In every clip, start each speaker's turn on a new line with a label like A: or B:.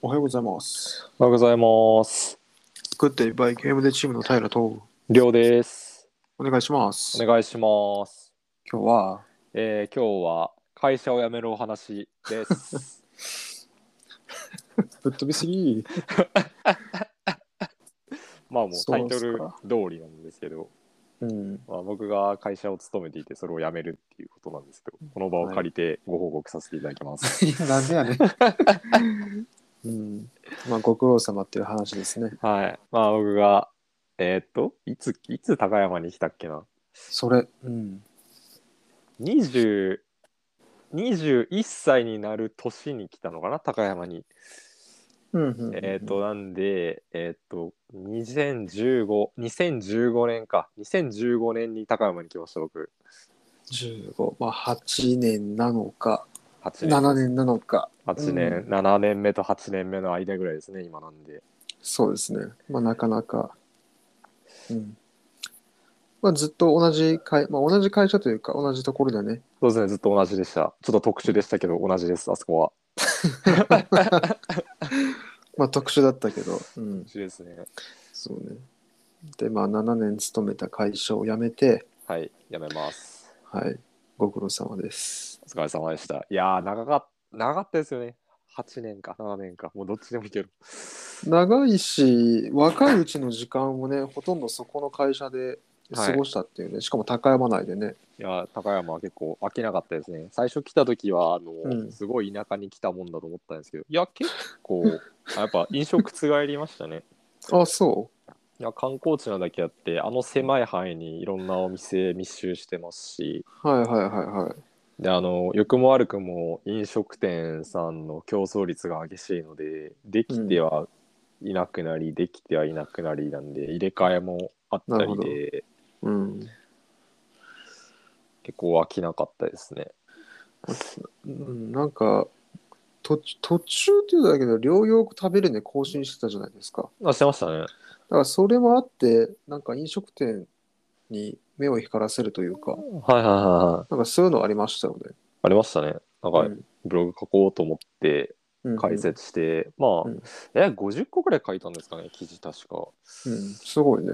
A: おはようございます。
B: おはようございます。
A: グッデイバイゲームでチームの平と
B: りょうです。
A: お願いします。
B: お願いします。
A: 今日は
B: えー、今日は会社を辞めるお話 です。
A: ぶっ飛びすぎ。
B: まあもう
A: そ
B: タ
A: うで
B: イト
A: すか
B: ル通りなんですけど、
A: うん。
B: まあ、僕が会社を勤めていてそれを辞めるっていうことなんですけど、この場を借りてご報告させていただ きます。
A: いやなんでやね。 うん。まあご苦労様っていう話ですね。
B: はい。まあ僕が、えーっと、いつ、いつ高山に来たっけな。
A: それ。うん。
B: 20、21歳になる年に来たのかな、高山に。
A: うんうんうん
B: えっ、と、。なんで、えっ、と、2015、2015年か。2015年に高山に来ました、僕。
A: 十五まあ八年なのか
B: 8年。
A: 七年なのか。
B: 八年、7年目と8年目の間ぐらいですね、今なんで。
A: そうですね。まあなかなか。うん。まあずっと同じ会まあ同じ会社というか同じところだね。
B: そうですね、ずっと同じでした。ちょっと特殊でしたけど、同じです、あそこは。
A: まあ特殊だったけど。うん。
B: 特殊ですね。
A: そうね。で、まあ、7年勤めた会社を辞めて、
B: はい、やめます。
A: はい、ご苦労様です。
B: お疲れ様でした。いやー、長かった、長かったですよね。8年か、7年か、もうどっちでもいける。
A: 長いし、若いうちの時間をね、ほとんどそこの会社で過ごしたっていうね、しかも高山内でね。
B: いやー高山は結構飽きなかったですね最初来た時はあの、
A: うん
B: すごい田舎に来たもんだと思ったんですけどいや結構あやっぱ印象覆りましたね
A: あ、そ
B: いや観光地なだけあってあの狭い範囲にいろんなお店密集してますし
A: う。はいはいはいはい。
B: であの良くも悪くも飲食店さんの競争率が激しいのでできてはいなくなり、できてはいなくなりなんで入れ替えもあった
A: なるほ
B: り
A: ど
B: で
A: うん。
B: 結構飽きなかったですね
A: うん、なんか、途中途中っていうだけど、療養食べるね、更新してたじゃないですか。
B: あしてましたね
A: だから、それもあって、なんか飲食店に目を光らせるというか、
B: はいはいはいはい
A: なんかそういうのありましたよね。
B: ありましたねなんか、ブログ書こうと思って
A: うん、
B: 解説して、まあ、
A: うん
B: え50個ぐらい書いたんですかね記事確か
A: うん、うん、すごいね。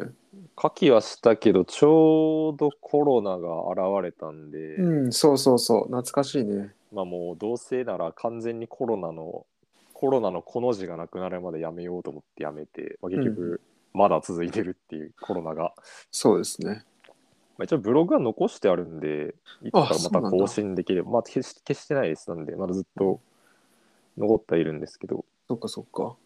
B: 書きはしたけどちょうどコロナが現れたんで、
A: うん、そうそうそう、懐かしいね。
B: まあもうどうせなら完全にコロナのコロナのこの字がなくなるまでやめようと思ってやめて、まあ、結局まだ続いてるっていうコロナが、
A: そうですね。
B: まあ、一応ブログは残してあるんでいつ
A: あ
B: かまた更新できればまあ消し消してないですなんでまだずっと残ってはいるんですけど
A: そっかそっか。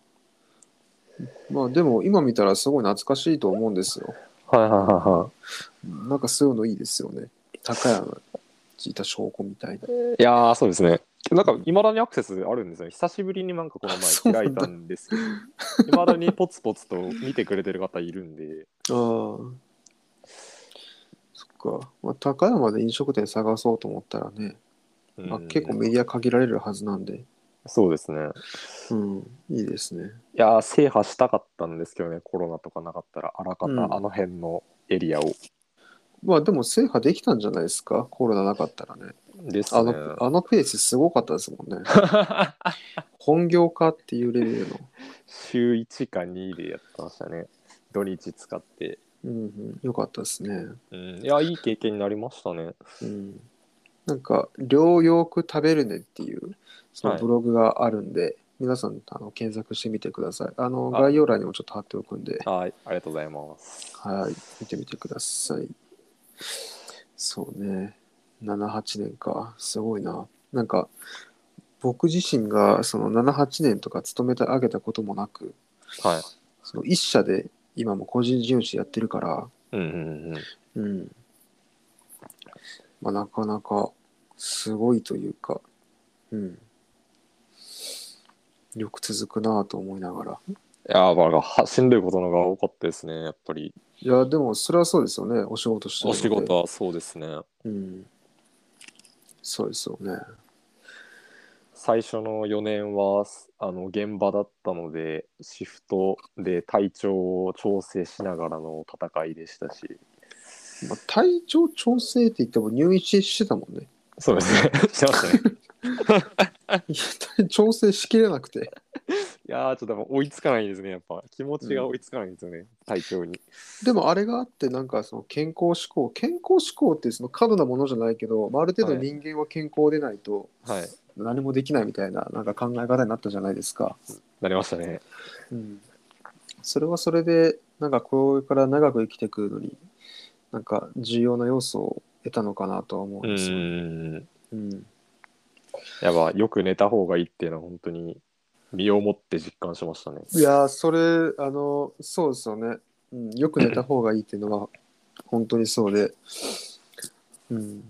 A: まあでも今見たらすごい懐かしいと思うんですよ。
B: はいはいはいはい
A: うんなんかそういうのいいですよね。高山にいた証拠みたいな。
B: いやーそうですね。なんか、いまだにアクセスあるんですよね。久しぶりになんかこの前開いたんですけど、いまだにポツポツと見てくれてる方いるんで、
A: ああ。そっか。まあ、高山で飲食店探そうと思ったらね、
B: うん
A: まあ、結構メディア限られるはずなんで、
B: そうですね。
A: うん、いいですね。
B: いやー制覇したかったんですけどね、コロナとかなかったら、あらかた、
A: うん
B: あの辺のエリアを。
A: まあでも制覇できたんじゃないですか、コロナなかったらね。
B: ですね。
A: あのあのペースすごかったですもん ね。本業化っていうレベルの。
B: 週1か2でやってましたね。土日使って。
A: うんうん、よかったですね。
B: うん、いや、いい経験になりましたね。
A: うん、なんか「両よく食べるね」っていうその
B: はい
A: ブログがあるんで、皆さんあの検索してみてください。あの
B: あ
A: 概要欄にもちょっと貼っておくんで、
B: はい、ありがとうございます。
A: はい、見てみてください。そうね、78年か、すごいな。なんか僕自身がその78年とか勤めてあげたこともなく、
B: はい。
A: その一社で今も個人事業主やってるから、
B: うんうんうん。
A: うん。まあ、なかなかすごいというか、うん。よく続くなぁと思いながら。
B: いやーまあはしんどいことのが多かったですね、やっぱり。
A: いや、でもそれはそうですよね。お仕事してる
B: お
A: の
B: 仕
A: で。
B: 事はそうですね。
A: うん。そうですよね。
B: 最初の4年はあの現場だったので、シフトで体調を調整しながらの戦いでしたし、
A: まあ、体調調整って言っても入院してたもんね。
B: そうですね、してましたね。
A: いや体調整しきれなくて。
B: やー、ちょっともう 追いつかないですね、やっぱ。気持ちが追いつかないんですよね、体調に。
A: でもあれがあってなんかその健康志向健康志向ってその過度なものじゃないけど、まあ、ある程度
B: はい
A: 人間は健康でないと
B: はい。
A: 何もできないみたいななんか考え方になったじゃないですか、
B: なりましたね。
A: うん、それはそれでなんかこれから長く生きてくるのになんか重要な要素を得たのかなとは思う
B: うん
A: ですよ、
B: ーん。
A: うん
B: やば、よく寝た方がいいっていうのは、本当に身をもって実感しましたね。
A: いやーそれあのそうですよね、うん、よく寝た方がいいっていうのは本当にそうでうん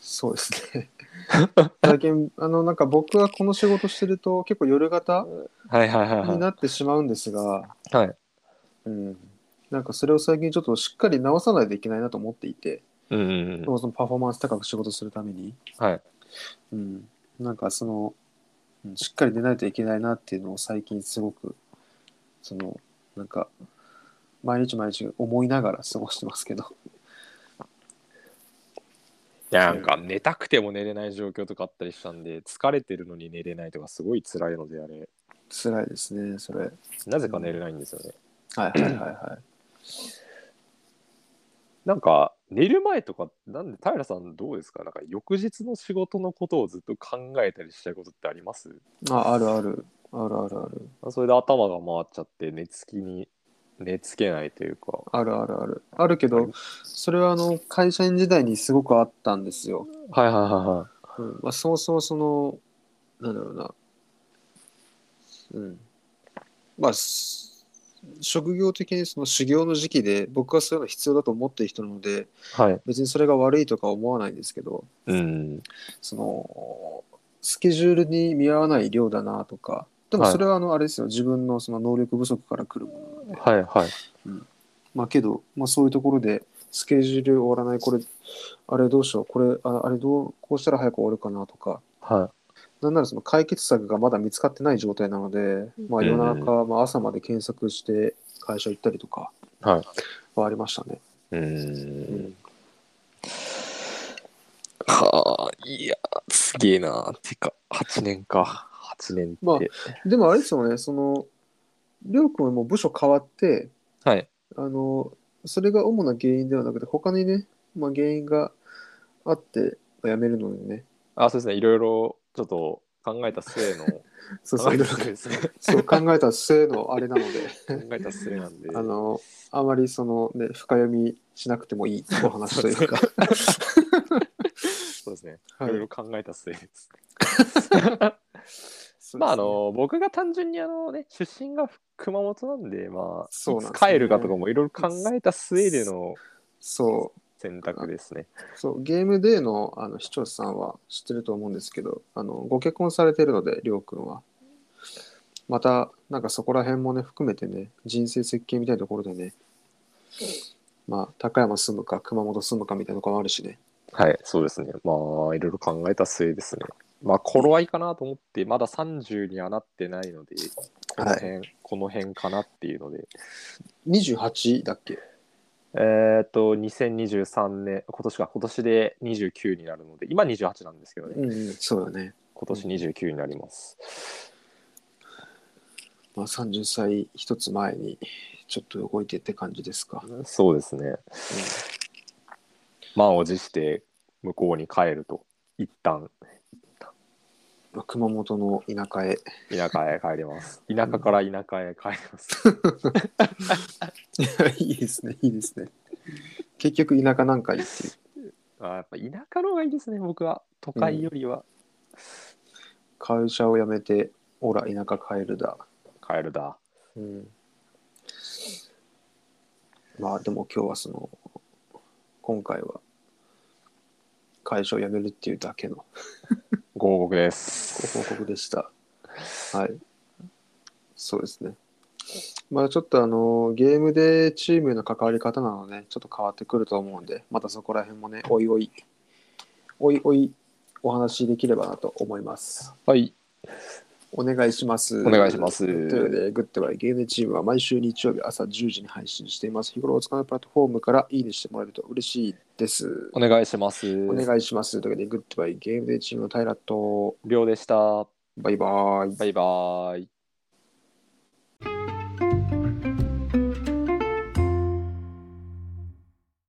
A: そうです ね最近あのなんか僕はこの仕事してると結構夜型
B: はいはいはい
A: に
B: は
A: なってしまうんですが、
B: い。はい、
A: うん、なんかそれを最近ちょっとしっかり直さないといけないなと思っていて、
B: うんうんうん。
A: そのパフォーマンス高く仕事するために、
B: はい。
A: うん、なんかその、うんしっかり出ないといけないなっていうのを最近すごく、その、なんか、毎日毎日思いながら過ごしてますけど。
B: いやなんか寝たくても寝れない状況とかあったりしたんで疲れてるのに寝れないとかすごい辛いのであれ
A: 辛いですね、それ。はい
B: なぜか寝れないんですよね
A: はいはいは
B: なんか寝る前とかなんで平さんどうですかなんか翌日の仕事のことをずっと考えたりしちゃうことってあります
A: い。あ、あるある。あるあるある。
B: それで頭が回っちゃって寝つきに寝つけないというか
A: あるあるある。あるけ
B: はい
A: ど、それはあの、会社員時代にすごくあったんですよ。
B: はいはいはいは
A: うんまあ、そうそうそのなんだろうなうんまあす職業的にその修行の時期で僕はそういうの必要だと思っている人なので
B: いはい
A: 別にそれが悪いとか思わないんですけど
B: うん
A: そのスケジュールに見合わない量だなとかでも
B: はい
A: それはあのあれですよ、自分のその能力不足から来るものなので、
B: はいはい
A: まあけど、まあ、そういうところでスケジュール終わらないこれあれどうしようこれああれどうこうしたら早く終わるかなとか
B: は
A: なんならその解決策がまだ見つかってない状態なので、まあ、
B: うん
A: 夜中、まあ、朝まで検索して会社行ったりとか
B: いはい
A: はありましたね。
B: うんはあ、いや、すげえな。てか、8年か。8年って。
A: までもあれですよね、その、りょうくんはもう部署変わって、
B: はい。
A: あの、それが主な原因ではなくて、他にね、まあ、原因があって、辞めるのでね、
B: あ、そうですね。いろいろ、ちょっと考えた末の、
A: そうそ
B: 考
A: う
B: えた末ですね。
A: そう考えた末のあれなので、
B: 考えた末なんで。
A: あの、あまりそのね、深読みしなくてもいいお話という か、
B: そうですね。い
A: はい
B: ろいろ考えた末です。
A: そうですね
B: まあ、あ、の、僕が単純に、あのね、出身が熊本なんで、まあ、
A: そうなんですね
B: いつ帰るかとかもいろいろ考えた末での
A: そう。
B: 選択ですね。
A: そうゲームデーのあの視聴者さんは知ってると思うんですけどあのご結婚されてるのでりょうくんはまたなんかそこら辺もね含めてね人生設計みたいなところでねまあ高山住むか熊本住むかみたいなとこもあるしね
B: はい、そうですね。まあ、いろいろ考えた末ですね。まあ、頃合いかなと思って、まだ30にはなってないので、この辺、この辺かなっていうので、
A: 28だっけ
B: えーっ、と、2023年、今年か、今年で29になるので、今28なんですけどね、
A: うん、うん、そうよね
B: 今年29になります。
A: まあ30歳一つ前にちょっと動いてって感じですか、
B: そうですね。満を持して、向こうに帰ると、一旦、
A: まあ、熊本の田舎へ
B: 田舎へ帰ります。田舎から田舎へ帰ります。
A: いや いいですねいいですね結局田舎なんかいいっていう
B: あーやっぱ田舎の方がいいですね、僕は。都会よりは。
A: 会社を辞めてほら田舎帰るだ
B: 帰るだ。
A: うんまあでも今日はその今回は会社を辞めるっていうだけの
B: 合格で
A: ご
B: す。
A: 報告でした。はい。そうですね。まあちょっとあのゲームでチームへの関わり方なので、ちょっと変わってくると思うんで、またそこら辺もね、おいおい、おいおいお話しできればなと思います。
B: はい。
A: お願いします。
B: お願いします
A: ということで、グッドバイゲームチームは毎週日曜日朝10時に配信しています。日頃お使いのプラットフォームからいいねしてもらえると嬉しいです。
B: お願いします。
A: お願いします。というわけで、グッドバイゲームでチームの平と、
B: りょうでした。
A: バイバイ。
B: バイバーイ。